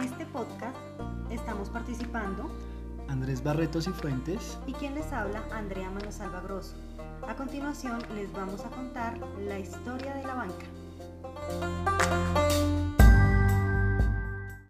este estamos participando Andrés Barretos y Fuentes. y quien les habla Andrea Manosalva Grosso. A continuación les vamos a contar la historia de la banca.